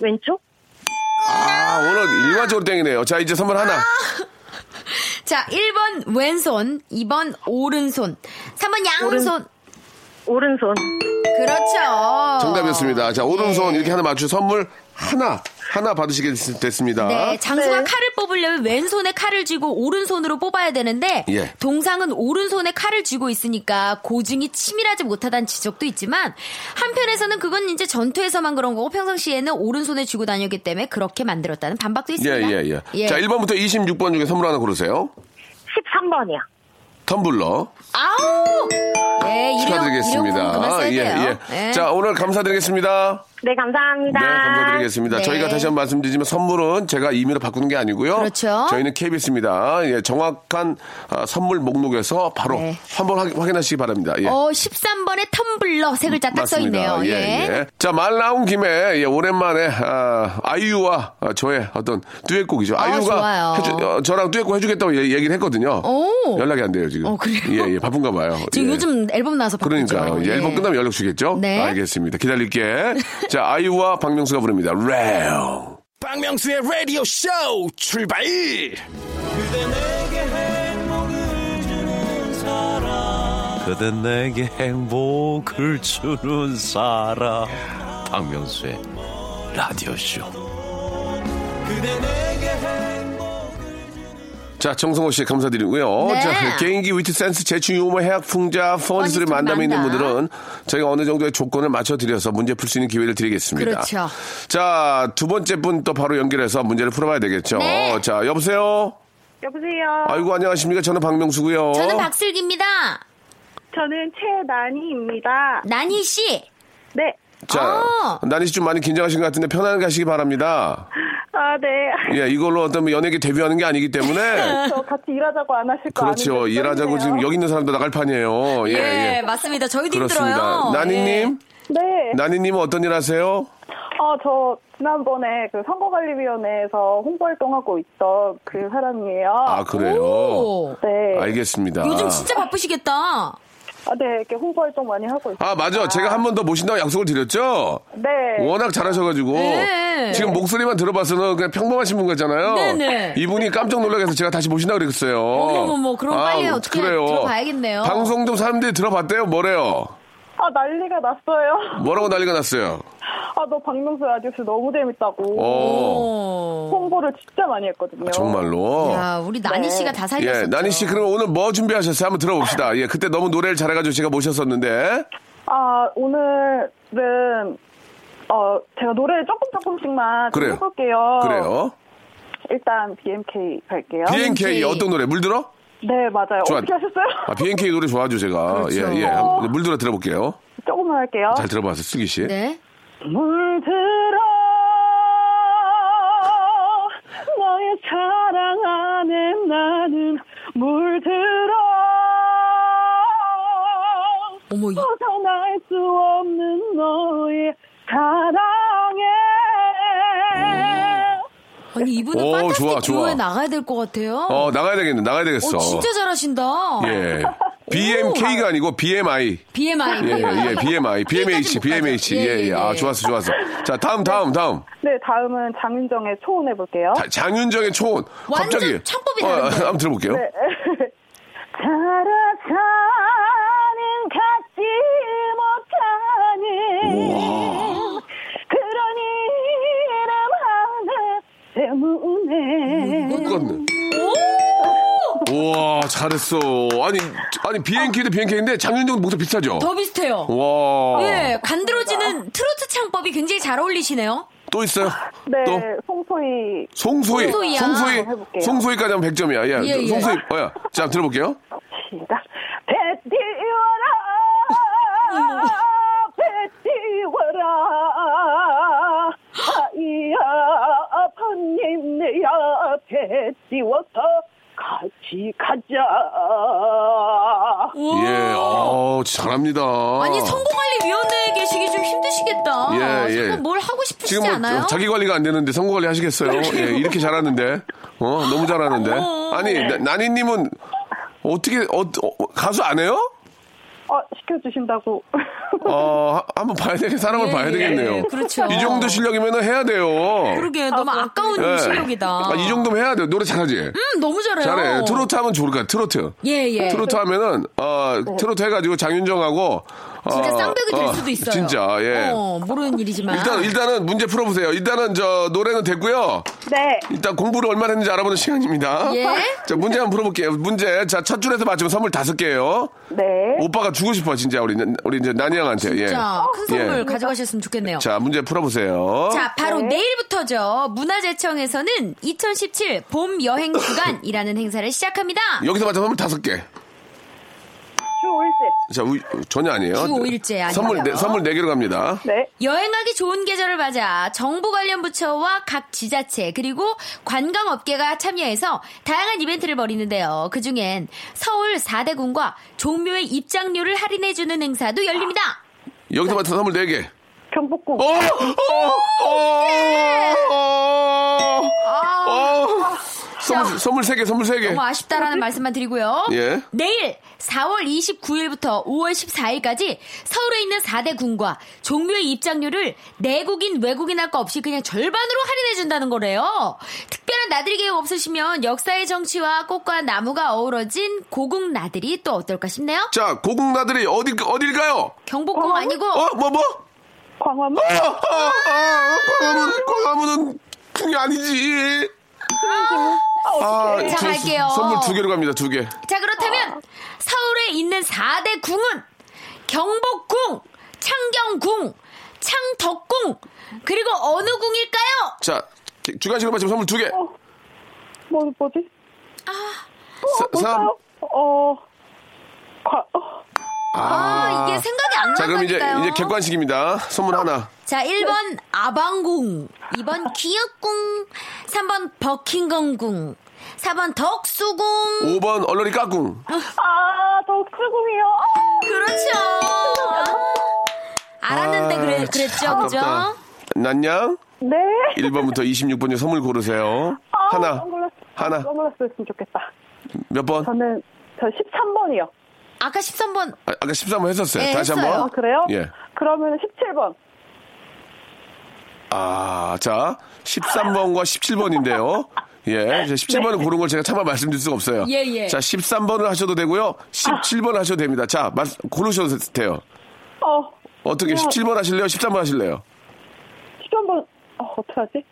Speaker 5: 왼쪽?
Speaker 2: 아 오늘 일관적으로 땡이네요. 자 이제 선물 하나.
Speaker 4: 자, 1번 왼손, 2번 오른손, 3번 양손.
Speaker 5: 오른손.
Speaker 4: 그렇죠.
Speaker 2: 정답이었습니다. 자,
Speaker 4: 네.
Speaker 2: 오른손 이렇게 하나 맞추 선물 하나, 하나 받으시게 됐, 습니다
Speaker 4: 네, 장수가 칼을 뽑으려면 왼손에 칼을 쥐고 오른손으로 뽑아야 되는데
Speaker 2: 예.
Speaker 4: 동상은 오른손에 칼을 쥐고 있으니까 고증이 치밀하지 못하다는 지적도 있지만 한편에서는 그건 이제 전투에서만 그런 거고 평상시에는 오른손에 쥐고 다녔기 때문에 그렇게 만들었다는 반박도
Speaker 2: 예,
Speaker 4: 있습니다.
Speaker 2: 예, 예, 자, 1번부터 26번 중에 선물 하나 고르세요.
Speaker 5: 13번이요.
Speaker 2: 텀블러.
Speaker 4: 아우! 예, 일회용- 일회용품 그만
Speaker 2: 축하드리겠습니다. 아,
Speaker 4: 써야 돼요. 예.
Speaker 2: 자, 오늘 감사드리겠습니다.
Speaker 5: 네, 감사합니다.
Speaker 2: 네, 감사드리겠습니다.
Speaker 4: 네.
Speaker 2: 저희가 다시 한 번 말씀드리지만 선물은 제가 임의로 바꾸는 게 아니고요.
Speaker 4: 그렇죠.
Speaker 2: 저희는 KBS입니다. 예, 정확한 아, 선물 목록에서 바로
Speaker 4: 네.
Speaker 2: 한번 확- 확인하시기 바랍니다. 예.
Speaker 4: 어, 13번에 텀블러 세 글자 딱 써 있네요.
Speaker 2: 예, 예. 자, 말 나온 김에 예, 오랜만에 아, 아이유와 아, 저의 어떤 듀엣곡이죠. 아이유가
Speaker 4: 좋아요.
Speaker 2: 해주- 어, 저랑 듀엣곡 해주겠다고 얘- 얘기를 했거든요.
Speaker 4: 오.
Speaker 2: 연락이 안 돼요 지금.
Speaker 4: 어, 그래요?
Speaker 2: 예, 예, 바쁜가 봐요.
Speaker 4: 지금
Speaker 2: 예.
Speaker 4: 요즘 앨범 나와서 바쁘죠.
Speaker 2: 그러니까요. 예, 앨범 끝나면 연락 주겠죠?
Speaker 4: 네.
Speaker 2: 알겠습니다. 기다릴게. 자, 아이유와 박명수가 부릅니다. 레오.
Speaker 1: 박명수의 라디오 쇼 출발!
Speaker 6: 그대 내게 행복을 주는 사람 박명수의 라디오쇼
Speaker 2: 자, 정성호 씨 감사드리고요.
Speaker 4: 네.
Speaker 2: 자, 개인기 위트 센스 재치 유머 해학 풍자 퍼니 소리
Speaker 4: 퍼니스토리
Speaker 2: 만담이 있는
Speaker 4: 만담.
Speaker 2: 분들은 저희가 어느 정도의 조건을 맞춰 드려서 문제 풀 수 있는 기회를 드리겠습니다.
Speaker 4: 그렇죠.
Speaker 2: 자, 두 번째 분 또 바로 연결해서 문제를 풀어 봐야 되겠죠.
Speaker 4: 네.
Speaker 2: 자, 여보세요.
Speaker 3: 여보세요.
Speaker 2: 아이고 안녕하십니까? 저는 박명수고요.
Speaker 4: 저는 박슬기입니다.
Speaker 3: 저는 최난희입니다.
Speaker 4: 난희 씨.
Speaker 3: 네.
Speaker 2: 자,
Speaker 4: 아.
Speaker 2: 나니 씨 좀 많이 긴장하신 것 같은데 편안하게 하시기 바랍니다.
Speaker 3: 아, 네.
Speaker 2: 예, 이걸로 어떤 연예계 데뷔하는 게 아니기 때문에
Speaker 3: 저 같이 일하자고 안 하실 거
Speaker 2: 그렇죠.
Speaker 3: 아닌데
Speaker 2: 일하자고
Speaker 3: 떨리네요.
Speaker 2: 지금 여기 있는 사람도 나갈 판이에요. 예,
Speaker 4: 예,
Speaker 2: 예.
Speaker 4: 맞습니다. 저희도
Speaker 2: 그렇습니다.
Speaker 4: 힘들어요.
Speaker 2: 나니
Speaker 4: 예.
Speaker 2: 님,
Speaker 3: 네.
Speaker 2: 나니 님은 어떤 일 하세요?
Speaker 3: 어, 저 지난번에 그 선거관리위원회에서 홍보활동하고 있던 그 사람이에요.
Speaker 2: 아 그래요.
Speaker 4: 오.
Speaker 3: 네.
Speaker 2: 알겠습니다.
Speaker 4: 요즘 진짜 바쁘시겠다.
Speaker 2: 어.
Speaker 3: 아, 네. 이렇게 홍보활동 많이 하고 있어요.
Speaker 2: 아 맞아. 제가 한 번 더 모신다고 약속을 드렸죠.
Speaker 3: 네.
Speaker 2: 워낙 잘하셔가지고
Speaker 4: 네.
Speaker 2: 지금 목소리만 들어봐서는 그냥 평범하신 분 같잖아요.
Speaker 4: 네네.
Speaker 2: 이분이 깜짝 놀라서 제가 다시 모신다 고 그랬어요.
Speaker 4: 어머머머, 그럼 빨리 어떻게
Speaker 2: 그래요.
Speaker 4: 들어봐야겠네요.
Speaker 2: 방송 좀 사람들이 들어봤대요. 뭐래요?
Speaker 3: 아, 난리가 났어요.
Speaker 2: 뭐라고 난리가 났어요.
Speaker 3: 아, 너 박명수 아저씨 너무 재밌다고.
Speaker 2: 어.
Speaker 4: 오.
Speaker 3: 홍보를 진짜 많이 했거든요.
Speaker 2: 정말로.
Speaker 4: 야, 우리 나니 씨가 다 살렸어.
Speaker 2: 예, 나니 씨 그러면 오늘 뭐 준비하셨어요? 한번 들어봅시다. 예, 그때 너무 노래를 잘해가지고 제가 모셨었는데.
Speaker 3: 아, 오늘은 어, 제가 노래를 조금 조금씩만 좀
Speaker 2: 그래요.
Speaker 3: 해볼게요.
Speaker 2: 그래요.
Speaker 3: 일단 BMK 갈게요.
Speaker 4: 아,
Speaker 2: BNK 어떤 노래? 물들어?
Speaker 3: 네, 맞아요.
Speaker 2: 좋아.
Speaker 3: 어떻게 하셨어요?
Speaker 2: 아, BNK 노래 좋아하죠, 제가.
Speaker 4: 그렇죠.
Speaker 2: 예, 예. 한번 물들어 들어볼게요.
Speaker 3: 조금만 할게요.
Speaker 2: 잘 들어봐서, 수기 씨.
Speaker 4: 네.
Speaker 3: 물들어 너의 사랑 안에 나는 물들어
Speaker 4: 어머, 이-
Speaker 3: 벗어날 수 없는 너의
Speaker 4: 음.
Speaker 3: 사랑에
Speaker 4: 아니 이분은
Speaker 2: 오,
Speaker 4: 판타스틱
Speaker 2: 좋아, 좋아.
Speaker 4: 듀오에 나가야 될 것 같아요.
Speaker 2: 어, 나가야 되겠네, 나가야 되겠어.
Speaker 4: 어, 진짜 잘하신다.
Speaker 2: 예. BMK가 아니고 BMI.
Speaker 4: BMI.
Speaker 2: 예, 예, 예, BMI. BMH,
Speaker 4: 여기까지 못
Speaker 2: BMH.
Speaker 4: 가죠.
Speaker 2: 예, 예. 아, 좋았어, 좋았어. 자, 다음, 다음, 다음.
Speaker 4: 어?
Speaker 3: 네, 다음은 장윤정의 초혼해 볼게요.
Speaker 2: 자, 장윤정의 초혼.
Speaker 4: 완전
Speaker 2: 갑자기.
Speaker 4: 창법이
Speaker 2: 어,
Speaker 4: 다른데. 네.
Speaker 2: 한번 들어볼게요.
Speaker 3: 살아사는 갖지 못하는 그런 이름 하나 때문에
Speaker 2: 음, 이건- 우와, 잘했어. 아니, 아니, BNK도 BNK인데 장윤정 목소리 비슷하죠?
Speaker 4: 더 비슷해요.
Speaker 2: 와.
Speaker 4: 예, 간드러지는 트로트 창법이 굉장히 잘 어울리시네요.
Speaker 2: 또 있어요?
Speaker 3: 네,
Speaker 2: 또?
Speaker 3: 송소희
Speaker 2: 송소희.
Speaker 4: 송소희야.
Speaker 2: 송소희.
Speaker 3: 해볼게요.
Speaker 2: 송소희까지 하면 100점이야. 예.
Speaker 4: 예, 예.
Speaker 2: 송소희. 뭐야. 자, 들어볼게요.
Speaker 3: 시작 배띄워라 배띄워라 아이 아버님 내 앞에 띄워서 같이 가자
Speaker 4: 우와.
Speaker 2: 예. 어, 잘합니다.
Speaker 4: 아니 선거관리위원회에 계시기 좀 힘드시겠다.
Speaker 2: 예, 예.
Speaker 4: 자꾸 뭘 하고 싶으시지
Speaker 2: 지금 뭐
Speaker 4: 않아요?
Speaker 2: 자기 관리가 안 되는데 선거 관리 하시겠어요? 예, 이렇게 잘하는데. 어, 너무 잘하는데.
Speaker 4: 어.
Speaker 2: 아니, 나- 나니님은 어떻게, 어, 어, 가수 안 해요?
Speaker 3: 어, 시켜주신다고.
Speaker 2: 어, 하- 한번 봐야 되겠, 사람을
Speaker 4: 예,
Speaker 2: 봐야
Speaker 4: 예,
Speaker 2: 되겠네요.
Speaker 4: 예, 그렇죠.
Speaker 2: 이 정도 실력이면 해야 돼요.
Speaker 4: 그러게 너무 아, 까운
Speaker 2: 예.
Speaker 4: 실력이다.
Speaker 2: 아, 이 정도면 해야 돼요. 노래 잘하지?
Speaker 4: 음, 너무 잘해요.
Speaker 2: 잘해. 트로트 하면 좋을 것 같아. 트로트.
Speaker 4: 예, 예.
Speaker 2: 트로트 하면은 어 트로트 해가지고 장윤정하고
Speaker 4: 진짜
Speaker 2: 어,
Speaker 4: 쌍벽이 될
Speaker 2: 어,
Speaker 4: 수도 있어요.
Speaker 2: 진짜, 예.
Speaker 4: 어, 모르는 일이지만.
Speaker 2: 일단 일단은 문제 풀어보세요. 일단은 저 노래는 됐고요.
Speaker 3: 네.
Speaker 2: 일단 공부를 얼마나 했는지 알아보는 시간입니다.
Speaker 4: 예.
Speaker 2: 자 문제 한번 풀어볼게요. 문제 자첫 줄에서 맞추면 선물 다섯 개예요.
Speaker 3: 네.
Speaker 2: 오빠가 주고 싶어 진짜 우리 우리 이제 난이 형한테. 예.
Speaker 4: 진짜 큰 선물
Speaker 2: 예.
Speaker 4: 가져가셨으면 좋겠네요. 자,
Speaker 2: 자 문제 풀어보세요.
Speaker 4: 바로 내일부터죠. 문화재청에서는 2017 봄 여행 주간이라는 행사를 시작합니다.
Speaker 2: 여기서 맞춰 선물 다섯 개.
Speaker 3: 주 5일째.
Speaker 2: 자 우- 전혀 아니에요.
Speaker 4: 주 오일째 아니고요.
Speaker 2: 선물 네, 선물 네 개로 갑니다.
Speaker 3: 네.
Speaker 4: 여행하기 좋은 계절을 맞아 정부 관련 부처와 각 지자체 그리고 관광업계가 참여해서 다양한 이벤트를 벌이는데요. 그중엔 서울 4대군과 종묘의 입장료를 할인해주는 행사도 열립니다.
Speaker 2: 여기서 맞춰 선물 네 개.
Speaker 3: 경복궁.
Speaker 2: 어, 어, 어, 어, 어. 선물 선물 세 개, 선물 세 개.
Speaker 4: 너무 아쉽다라는 말씀만 드리고요.
Speaker 2: 예.
Speaker 4: 내일 4월 29일부터 5월 14일까지 서울에 있는 4대 군과 종묘의 입장료를 내국인 외국인 할 거 없이 그냥 절반으로 할인해 준다는 거래요. 특별한 나들이 계획 없으시면 역사의 정취와 꽃과 나무가 어우러진 고궁 나들이 또 어떨까 싶네요.
Speaker 2: 자, 고궁나들이 어디 어딜까요?
Speaker 4: 경복궁 아니고
Speaker 2: 어, 뭐 뭐?
Speaker 3: 광화문.
Speaker 2: 어, 어, 어, 광화문, 광화문은 궁이 아니지. 아,
Speaker 4: 자,
Speaker 2: 두-
Speaker 4: 갈게요.
Speaker 2: 선물 두 개로 갑니다. 두 개.
Speaker 4: 자 그렇다면 서울에 있는 4대 궁은 경복궁, 창경궁, 창덕궁 그리고 어느 궁일까요?
Speaker 2: 자, 주간식으로 맞추면 선물 두 개.
Speaker 3: 어? 뭐, 뭐지?
Speaker 4: 아.
Speaker 2: 사- 삼.
Speaker 3: 어, 과, 어,
Speaker 4: 아, 이게 생각이 안
Speaker 2: 자, 그럼
Speaker 4: 나니까요.
Speaker 2: 이제 이제 객관식입니다. 선물 하나.
Speaker 4: 자, 1번 아방궁, 2번 기역궁, 3번 버킹엄궁, 4번 덕수궁.
Speaker 2: 5번 얼러리 까꿍.
Speaker 3: 아, 덕수궁이요.
Speaker 4: 그렇죠. 알았는데 그래, 그랬죠,
Speaker 2: 아깝다.
Speaker 4: 그죠?
Speaker 2: 난양
Speaker 3: 네.
Speaker 2: 1번부터 26번 중 선물 고르세요.
Speaker 3: 아,
Speaker 2: 하나.
Speaker 3: 선글라스.
Speaker 2: 하나.
Speaker 3: 선글라스였으면 좋겠다.
Speaker 2: 몇 번?
Speaker 3: 저는, 저 13번이요.
Speaker 4: 아까 13번
Speaker 2: 아, 아까 13번 했었어요.
Speaker 4: 네,
Speaker 2: 다시
Speaker 4: 했어요.
Speaker 2: 한
Speaker 3: 아,
Speaker 2: 번.
Speaker 3: 그래요?
Speaker 2: 예.
Speaker 3: 그러면 17번.
Speaker 2: 아, 자, 13번과 17번인데요. 예, 17번을 고른 걸 제가 차마 말씀드릴 수가 없어요.
Speaker 4: 네. 예, 예.
Speaker 2: 자, 13번을 하셔도 되고요. 17번 하셔도 됩니다. 자, 말, 고르셔도 돼요.
Speaker 3: 어,
Speaker 2: 어떻게 17번 하실래요? 13번 하실래요?
Speaker 3: 13번. 어, 어떡하지?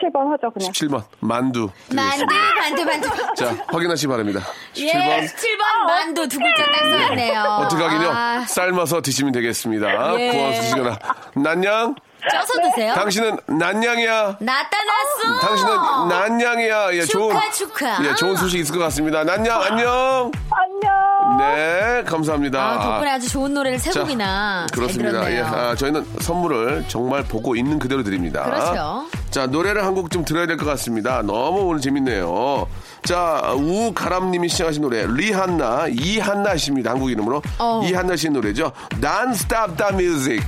Speaker 3: 17번 하죠, 그냥.
Speaker 2: 17번 만두.
Speaker 4: 만두, 만두, 만두.
Speaker 2: 자, 확인하시기 바랍니다. 17번
Speaker 4: 예, 17번 만두 두 글자 딱 써놨네요.
Speaker 2: 어떻게 하긴요?
Speaker 4: 아,
Speaker 2: 삶아서 드시면 되겠습니다.
Speaker 4: 예.
Speaker 2: 구워서 드시거나. 난양?
Speaker 4: 쪄서 드세요.
Speaker 2: 당신은 난양이야.
Speaker 4: 나타났어.
Speaker 2: 당신은 난양이야. 예, 좋은
Speaker 4: 축하, 축하.
Speaker 2: 예, 좋은 소식 있을 것 같습니다. 난양 안녕.
Speaker 3: 안녕.
Speaker 2: 네, 감사합니다.
Speaker 4: 아, 덕분에 아주 좋은 노래를 세
Speaker 2: 자,
Speaker 4: 곡이나 잘
Speaker 2: 그렇습니다.
Speaker 4: 들었네요.
Speaker 2: 예, 아, 저희는 선물을 정말 보고 있는 그대로 드립니다.
Speaker 4: 그렇죠.
Speaker 2: 자, 노래를 한 곡 좀 들어야 될 것 같습니다. 너무 오늘 재밌네요. 자, 우가람님이 시작하신 노래 리한나 이한나 씨입니다. 한국 이름으로
Speaker 4: 어.
Speaker 2: 이한나 씨의 노래죠. Don't Stop the Music.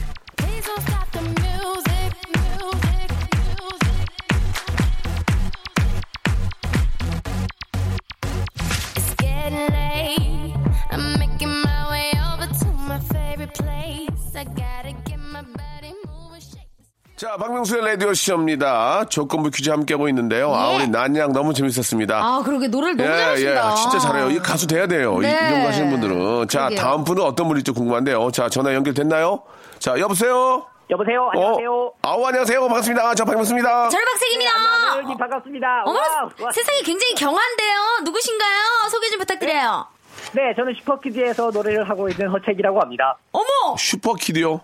Speaker 2: 자, 박명수의 라디오 쇼입니다. 조건부 퀴즈 함께하고 있는데요. 아,
Speaker 4: 예.
Speaker 2: 우리 난양 너무 재밌었습니다.
Speaker 4: 아, 그러게 노래를 너무
Speaker 2: 예,
Speaker 4: 잘하신다.
Speaker 2: 예, 진짜 잘해요. 이 가수 돼야 돼요. 이,
Speaker 4: 네.
Speaker 2: 이 정도 하시는 분들은. 자,
Speaker 4: 그러게요.
Speaker 2: 다음 분은 어떤 분일지 궁금한데요. 자, 전화 연결됐나요? 자, 여보세요?
Speaker 3: 여보세요. 안녕하세요.
Speaker 2: 어, 아우, 안녕하세요. 반갑습니다. 저 박명수입니다.
Speaker 4: 절박생입니다.
Speaker 3: 여기 반갑습니다.
Speaker 4: 어머,
Speaker 3: 와우. 와.
Speaker 4: 세상이 굉장히 경한데요. 누구신가요? 소개 좀 부탁드려요.
Speaker 3: 네, 저는 슈퍼키즈에서 노래를 하고 있는 허책이라고 합니다.
Speaker 4: 어머,
Speaker 2: 슈퍼키드요?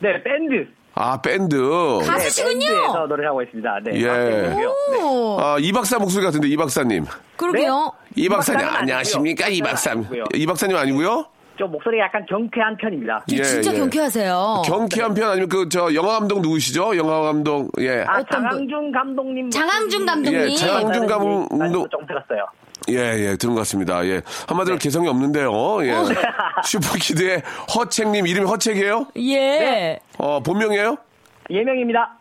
Speaker 3: 네, 밴드.
Speaker 2: 아, 밴드.
Speaker 3: 밴드에서
Speaker 4: 가수시군요.
Speaker 3: 노래를 하고 있습니다. 네.
Speaker 2: 예.
Speaker 3: 박밴드고요. 네.
Speaker 4: 오,
Speaker 2: 아, 이 박사 목소리 같은데, 이 박사님.
Speaker 4: 그러게요.
Speaker 2: 이 박사님,
Speaker 3: 박사는
Speaker 2: 안녕하십니까?
Speaker 3: 아니고요. 네,
Speaker 2: 이 박사님.
Speaker 3: 아니고요.
Speaker 2: 이 박사님 아니고요?
Speaker 3: 좀 목소리가 약간 경쾌한 편입니다.
Speaker 2: 예,
Speaker 4: 진짜
Speaker 2: 예.
Speaker 4: 경쾌하세요.
Speaker 2: 경쾌한 편 아니면 그, 저, 영화 감독 누구시죠? 영화 감독, 예.
Speaker 3: 아, 장항준 감독님.
Speaker 4: 장항준
Speaker 2: 예,
Speaker 4: 감독님.
Speaker 2: 장항-
Speaker 3: 네,
Speaker 2: 장항준 감독-
Speaker 3: 좀 들었어요.
Speaker 2: 예, 예, 들은 것 같습니다. 예.
Speaker 4: 네.
Speaker 2: 한마디로 개성이 없는데요.
Speaker 4: 어.
Speaker 2: 예. 슈퍼키드의 허책님, 이름이 허책이에요?
Speaker 4: 예.
Speaker 2: 어, 본명이에요?
Speaker 3: 예명입니다.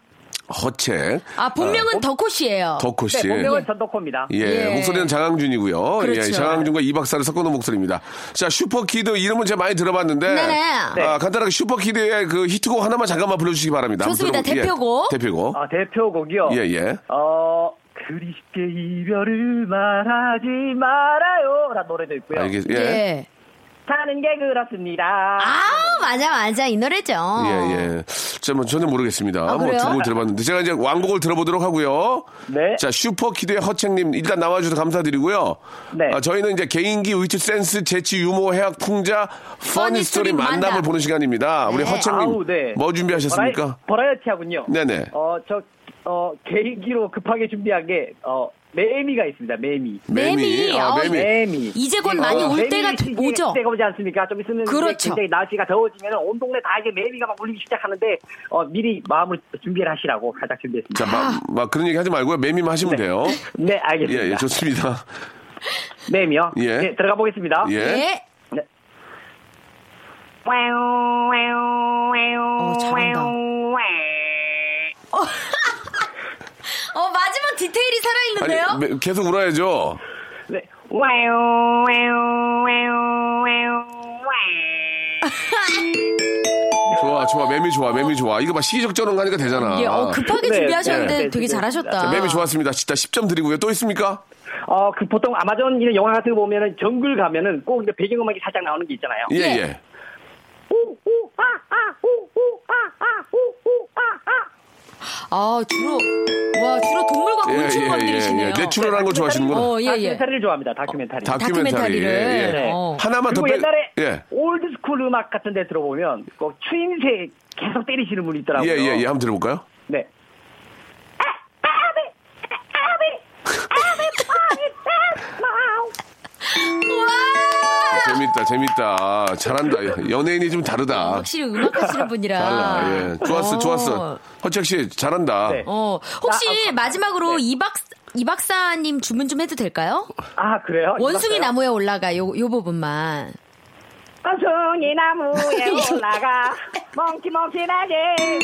Speaker 2: 허책.
Speaker 4: 아, 본명은 덕호씨예요
Speaker 2: 어? 덕호 씨.
Speaker 3: 네, 본명은 전덕호입니다.
Speaker 2: 예,
Speaker 4: 예.
Speaker 2: 목소리는 장항준이고요. 예,
Speaker 4: 그렇죠.
Speaker 2: 장항준과 이박사를 섞어놓은 목소리입니다. 자, 슈퍼키드 이름은 제가 많이 들어봤는데,
Speaker 4: 네네.
Speaker 2: 아, 간단하게 슈퍼키드의 그 히트곡 하나만 잠깐만 불러주시기 바랍니다. 한번
Speaker 4: 좋습니다.
Speaker 2: 들어보- 예,
Speaker 4: 대표곡.
Speaker 2: 대표곡.
Speaker 3: 아, 대표곡이요.
Speaker 2: 예, 예.
Speaker 3: 어, 그리 쉽게 이별을 말하지 말아요. 라는 노래도 있고요.
Speaker 2: 알겠, 예.
Speaker 4: 예.
Speaker 3: 사는 게 그렇습니다.
Speaker 4: 아우, 맞아 맞아 이 노래죠.
Speaker 2: 예, 예. 자, 뭐 전혀 모르겠습니다. 뭐
Speaker 4: 어. 아, 그래요?
Speaker 2: 두 곡 들어봤는데 제가 이제 왕곡을 들어보도록 하고요.
Speaker 7: 네.
Speaker 2: 자, 슈퍼키드의 허책님 일단 나와주셔서 감사드리고요.
Speaker 7: 네.
Speaker 2: 아, 저희는 이제 개인기, 위트, 센스, 재치, 유머, 해학, 풍자,
Speaker 4: 퍼니
Speaker 2: 퍼니 스토리
Speaker 4: 스토리
Speaker 2: 만남을
Speaker 4: 만남.
Speaker 2: 보는 시간입니다. 우리
Speaker 4: 네.
Speaker 2: 허책님
Speaker 7: 아우, 네.
Speaker 2: 뭐 준비하셨습니까?
Speaker 7: 버라이, 버라이어티 하군요.
Speaker 2: 네네.
Speaker 7: 어, 저, 어, 계기로 급하게 준비한 게, 어, 매미가 있습니다, 매미.
Speaker 2: 매미. 아,
Speaker 4: 어,
Speaker 2: 매미.
Speaker 7: 매미.
Speaker 4: 이제 곧 많이 올
Speaker 7: 매미
Speaker 4: 때가
Speaker 7: 시즌이
Speaker 4: 오죠.
Speaker 7: 어, 때가 오지 않습니까? 좀 있으면
Speaker 4: 그렇죠.
Speaker 7: 굉장히 날씨가 더워지면 온 동네 다 이제 매미가 막 울리기 시작하는데 어, 미리 마음을 준비를 하시라고 가장
Speaker 2: 자,
Speaker 7: 준비했습니다.
Speaker 2: 막, 막 그런 얘기 하지 말고요. 매미만 하시면 돼요.
Speaker 7: 네,
Speaker 2: 예, 예,
Speaker 7: 알겠습니다.
Speaker 2: 좋습니다.
Speaker 7: 매미요.
Speaker 2: 예.
Speaker 7: 네, 들어가 보겠습니다.
Speaker 2: 예.
Speaker 4: 예. 어, 잘한다. 어, 마지막 디테일이
Speaker 2: 아니,
Speaker 4: 살아있는데요?
Speaker 2: 매- 계속 울어야죠.
Speaker 7: 네.
Speaker 2: 좋아, 좋아. 매미 좋아, 매미 좋아. 이거 봐, 시기적절한 거니까 되잖아.
Speaker 4: 예, 어, 급하게
Speaker 7: 네,
Speaker 4: 준비하셨는데
Speaker 7: 네, 네,
Speaker 4: 되게
Speaker 7: 네.
Speaker 4: 잘하셨다.
Speaker 2: 자, 매미 좋았습니다. 진짜 10점 드리고요. 또 있습니까?
Speaker 7: 어, 그 보통 아마존 이런 영화 같은 거 보면은 정글 가면은 꼭 이제 배경음악이 살짝 나오는 게 있잖아요.
Speaker 2: 예,
Speaker 4: 예.
Speaker 2: 예.
Speaker 7: 아,
Speaker 4: 아, 주로, 와, 주로 동물과
Speaker 2: 예,
Speaker 4: 곤충만 어, 들으시네요.
Speaker 2: 내추럴한 거 좋아하시는구나.
Speaker 4: 어, 예, 예.
Speaker 7: 다큐멘터리를 좋아합니다. 다큐멘터리.
Speaker 3: 어,
Speaker 2: 다큐멘터리. 예, 예.
Speaker 4: 다큐멘터리를. 어.
Speaker 2: 하나만 더
Speaker 7: 네. 그리고
Speaker 2: 빼.
Speaker 7: 옛날에
Speaker 2: 예.
Speaker 7: 올드스쿨 음악 같은 데 들어보면 꼭 추임새 계속 때리시는 분이 있더라고요.
Speaker 2: 예, 예, 예. 한번 들어볼까요?
Speaker 7: 네.
Speaker 2: 아, 재밌다, 재밌다. 잘한다. 연예인이 좀 다르다.
Speaker 4: 확실히 음악하시는 분이라.
Speaker 2: 아. 달라. 예. 좋았어,
Speaker 4: 어.
Speaker 2: 좋았어. 허책 씨, 잘한다.
Speaker 7: 네.
Speaker 4: 어, 혹시 마지막으로 이박, 이박사님 주문 좀 해도 될까요?
Speaker 7: 아, 그래요?
Speaker 4: 원숭이
Speaker 7: 이봤어요?
Speaker 4: 나무에 올라가, 요, 요 부분만.
Speaker 5: 원숭이 나무에 올라가 멍키멍키나게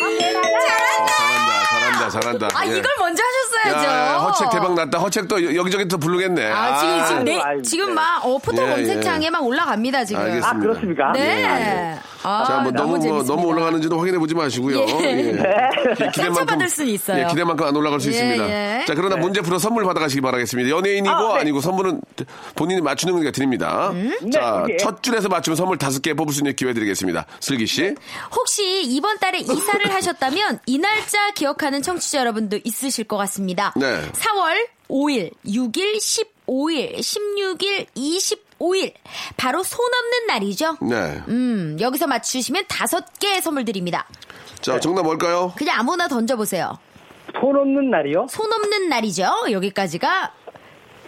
Speaker 2: 어, 잘한다, 잘한다, 잘한다.
Speaker 4: 아,
Speaker 2: 예.
Speaker 4: 이걸 먼저 하셨어야죠.
Speaker 2: 야, 야, 허책 대박 났다. 허책 또 여기저기 또 부르겠네.
Speaker 4: 아, 지금, 지금, 내,
Speaker 7: 아이고, 아이고.
Speaker 4: 지금 막, 어, 포털
Speaker 2: 예,
Speaker 4: 검색창에
Speaker 2: 예.
Speaker 4: 막 올라갑니다, 지금.
Speaker 2: 알겠습니다. 예,
Speaker 7: 아, 그렇습니까?
Speaker 4: 네. 아,
Speaker 2: 자, 뭐 너무 뭐
Speaker 4: 재밌습니다. 네.
Speaker 2: 너무 올라가는지도 확인해 보지 마시고요. 예. 기-
Speaker 4: 상처받을 순 있어요.
Speaker 2: 예, 기대만큼 안 올라갈 수
Speaker 4: 예,
Speaker 2: 있습니다.
Speaker 4: 예.
Speaker 2: 자, 그러나 문제 풀어 선물 받아가시기 바라겠습니다. 연예인이고
Speaker 7: 네. 아, 네.
Speaker 2: 아, 니고 선물은 본인이 맞추는 거니까 드립니다. 자,
Speaker 7: 네, 오케이.
Speaker 2: 첫 줄에서 맞추면 선물 다섯 개 뽑을 수 있는 기회 드리겠습니다. 슬기 씨.
Speaker 4: 혹시 이번 달에 이사를 하셨다면 이 날짜 기억하는 청취자 여러분도 있으실 것 같습니다.
Speaker 2: 네.
Speaker 4: 4월 5일, 6일, 15일, 16일, 25일. 바로 손 없는 날이죠.
Speaker 2: 네.
Speaker 4: 음, 여기서 맞추시면 다섯 개의 선물 드립니다.
Speaker 2: 자, 정답 뭘까요?
Speaker 4: 그냥 아무나 던져보세요.
Speaker 7: 손 없는 날이요?
Speaker 4: 손 없는 날이죠. 여기까지가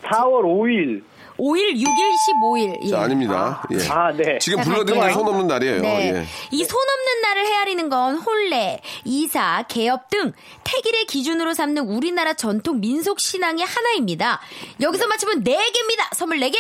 Speaker 7: 4월 5일.
Speaker 4: 5일, 6일, 15일. 예.
Speaker 2: 자, 아닙니다. 예.
Speaker 7: 아, 네.
Speaker 2: 지금
Speaker 4: 자,
Speaker 2: 불러드린
Speaker 4: 갈게요.
Speaker 2: 건손 없는 날이에요. 예.
Speaker 4: 네. 이 손 없는 날을 헤아리는 건 혼례, 이사, 개업 등 태길의 기준으로 삼는 우리나라 전통 민속 신앙의 하나입니다. 여기서 맞추면 네개입니다 선물 네개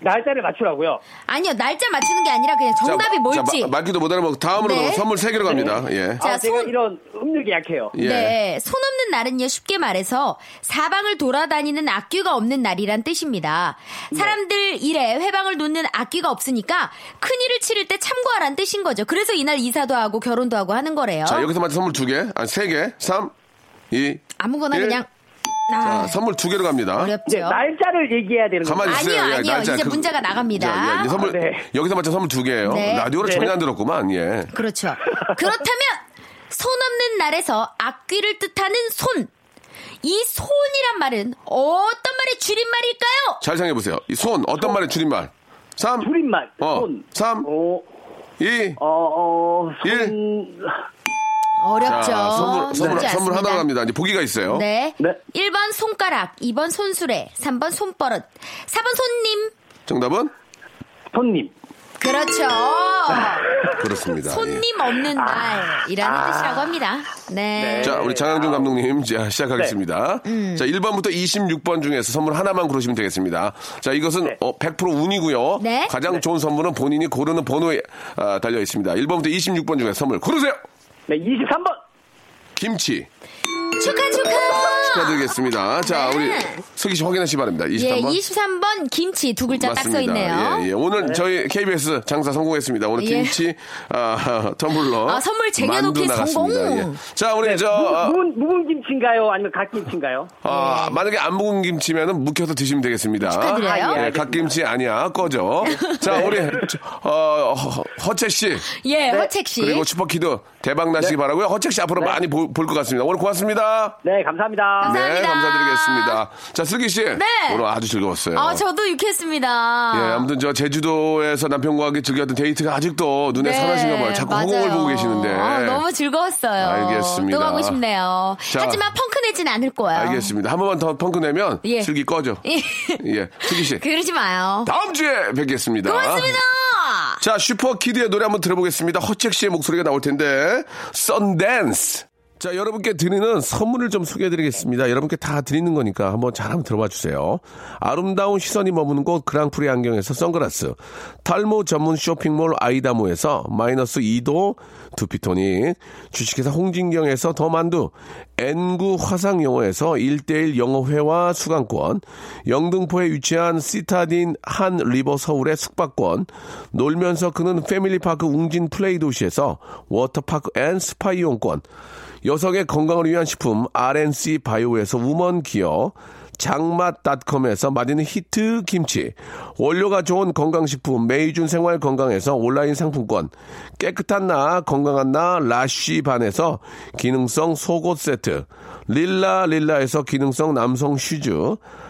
Speaker 7: 날짜를 맞추라고요.
Speaker 4: 아니요, 날짜 맞추는 게 아니라 그냥 정답이
Speaker 2: 자,
Speaker 4: 뭘지.
Speaker 2: 자, 마- 맞기도 못 알아보고 다음으로
Speaker 4: 네.
Speaker 2: 넘어- 선물 세개로 갑니다. 예.
Speaker 4: 자,
Speaker 7: 아, 제가
Speaker 4: 손-
Speaker 7: 이런 음력이 약해요.
Speaker 2: 예.
Speaker 4: 네, 손 없는 날은요, 쉽게 말해서 사방을 돌아다니는 악귀가 없는 날이란 뜻입니다.
Speaker 2: 네.
Speaker 4: 사람들 일에 회방을 놓는 악귀가 없으니까 큰 일을 치를 때 참고하란 뜻인 거죠. 그래서 이날 이사도 하고 결혼도 하고 하는 거래요.
Speaker 2: 자, 여기서 맞은 선물 두 개, 아니 세 개, 삼, 이.
Speaker 4: 아무거나
Speaker 2: 일.
Speaker 4: 그냥
Speaker 2: 자,
Speaker 4: 아,
Speaker 2: 선물 두 개로 갑니다.
Speaker 7: 이제
Speaker 4: 어렵죠.
Speaker 7: 네, 날짜를 얘기해야 되는 거죠.
Speaker 2: 가만히 있어요.
Speaker 4: 아니요,
Speaker 2: 예,
Speaker 4: 아니요.
Speaker 2: 날짜
Speaker 4: 이제
Speaker 2: 그-
Speaker 4: 문제가 나갑니다.
Speaker 2: 자, 예, 예, 선물
Speaker 7: 아, 네.
Speaker 2: 여기서 맞춰 선물 두 개예요.
Speaker 4: 네.
Speaker 2: 라디오를 전혀 안 들었구만. 예.
Speaker 4: 그렇죠. 그렇다면 손 없는 날에서 악귀를 뜻하는 손. 이 손이란 말은 어떤 말의 줄임말일까요?
Speaker 2: 잘 생각해 보세요. 이 손 어떤 말의 줄임말? 3
Speaker 7: 줄임말.
Speaker 2: 어,
Speaker 7: 손.
Speaker 2: 삼.
Speaker 7: 어,
Speaker 2: 2
Speaker 7: 어, 어,
Speaker 2: 일.
Speaker 7: 손.
Speaker 4: 어렵죠.
Speaker 2: 자, 선물 선물,
Speaker 4: 그렇죠. 쉽지
Speaker 2: 선물
Speaker 4: 않습니다.
Speaker 2: 하나 갑니다. 이제 보기가 있어요.
Speaker 4: 네.
Speaker 7: 네.
Speaker 4: 1번 손가락, 2번 손수레, 3번 손버릇, 4번 손님.
Speaker 2: 정답은
Speaker 7: 손님.
Speaker 4: 그렇죠.
Speaker 2: 그렇습니다. 예.
Speaker 4: 손님 없는 날이라는 뜻이라고 합니다. 네. 음.
Speaker 2: 자, 우리 장항준 감독님, 자, 시작하겠습니다. 자, 1번부터 26번 중에서 선물 하나만 고르시면 되겠습니다. 자, 이것은 어, 100% 운이고요.
Speaker 4: 네.
Speaker 2: 가장 좋은 선물은 본인이 고르는 번호에 아, 달려 있습니다. 1번부터 26번 중에 선물 고르세요!
Speaker 7: 네, 23번.
Speaker 2: 김치.
Speaker 4: 축하 축하.
Speaker 2: 축하드리겠습니다. 자,
Speaker 4: 네.
Speaker 2: 우리 슬기 씨 확인하시 기 바랍니다.
Speaker 4: 예,
Speaker 2: 23번.
Speaker 4: 23번 김치 두 글자 딱 써
Speaker 2: 맞습니다.
Speaker 4: 있네요.
Speaker 2: 예, 예. 오늘 저희 KBS 장사 성공했습니다. 오늘
Speaker 4: 예.
Speaker 2: 김치 아, 텀블러
Speaker 4: 아, 선물
Speaker 2: 만두
Speaker 4: 쟁여놓기
Speaker 2: 나갔습니다.
Speaker 4: 성공.
Speaker 2: 예. 자,
Speaker 4: 네,
Speaker 2: 우리 저 아,
Speaker 7: 묵은, 묵은 김치인가요? 아니면 갓김치인가요?
Speaker 2: 아, 만약에 안 묵은 김치면은 묵혀서 드시면 되겠습니다.
Speaker 4: 음. 축하드려요.
Speaker 7: 아, 예,
Speaker 2: 예,
Speaker 7: 알겠습니다.
Speaker 2: 갓김치 아니야. 꺼져.
Speaker 4: 네.
Speaker 2: 자, 우리 저, 어, 허- 허채 씨
Speaker 4: 예, 허책 씨.
Speaker 2: 그리고 슈퍼키드 대박
Speaker 4: 네.
Speaker 2: 나시기 바라고요. 허채 씨 앞으로 많이 볼 것 같습니다. 오늘 고맙습니다.
Speaker 7: 네, 감사합니다.
Speaker 2: 네,
Speaker 4: 감사합니다.
Speaker 2: 감사드리겠습니다. 자, 슬기 씨.
Speaker 4: 네.
Speaker 2: 오늘 아주 즐거웠어요.
Speaker 4: 아, 저도 유쾌했습니다.
Speaker 2: 예, 아무튼 저 제주도에서 남편과 함께 즐겼던 데이트가 아직도 눈에 선하신가 봐요. 자꾸 허공을 보고 계시는데.
Speaker 4: 네, 아, 너무 즐거웠어요.
Speaker 2: 알겠습니다.
Speaker 4: 또 가고 싶네요.
Speaker 2: 자.
Speaker 4: 하지만 펑크 내진 않을 거예요.
Speaker 2: 알겠습니다. 한 번만 더 펑크 내면
Speaker 4: 예.
Speaker 2: 슬기 꺼져.
Speaker 4: 예.
Speaker 2: 예, 슬기 씨.
Speaker 4: 그러지 마요.
Speaker 2: 다음 주에 뵙겠습니다.
Speaker 4: 고맙습니다.
Speaker 2: 자, 슈퍼키드의 노래 한번 들어보겠습니다. 허책 씨의 목소리가 나올 텐데. 썬댄스. 자, 여러분께 드리는 선물을 좀 소개해드리겠습니다. 여러분께 다 드리는 거니까 한번 잘 한번 들어봐 주세요. 아름다운 시선이 머무는 곳 그랑프리 안경에서 선글라스. 탈모 전문 쇼핑몰 아이다모에서 마이너스 2도 두피토닉. 주식회사 홍진경에서 더만두. N구 화상영어에서 1대1 영어회화 수강권. 영등포에 위치한 시타딘 한 리버 서울의 숙박권. 놀면서 그는 패밀리파크 웅진 플레이 도시에서 워터파크 앤 스파 이용권. 여성의 건강을 위한 식품 RNC 바이오에서 우먼 기어 장맛닷컴에서 맛있는 히트 김치 원료가 좋은 건강식품 메이준 생활 건강에서 온라인 상품권 깨끗한 나 건강한 나 라쉬 반에서 기능성 속옷 세트 릴라 릴라에서 기능성 남성 슈즈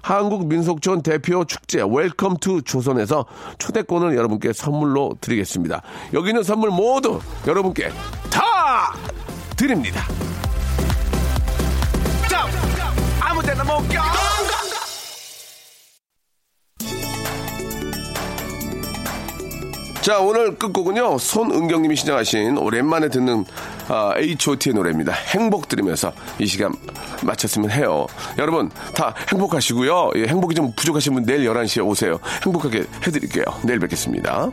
Speaker 2: 한국민속촌 대표 축제 웰컴 투 조선에서 초대권을 여러분께 선물로 드리겠습니다 여기 있는 선물 모두 여러분께 다 드립니다
Speaker 1: 자, 아무데나 못 껴.
Speaker 2: 자 오늘 끝곡은요 손은경님이 신청하신 오랜만에 듣는 아, H.O.T의 노래입니다 행복 들으면서 이 시간 마쳤으면 해요 여러분 다 행복하시고요 예, 행복이 좀 부족하신 분 내일 11시에 오세요 행복하게 해드릴게요 내일 뵙겠습니다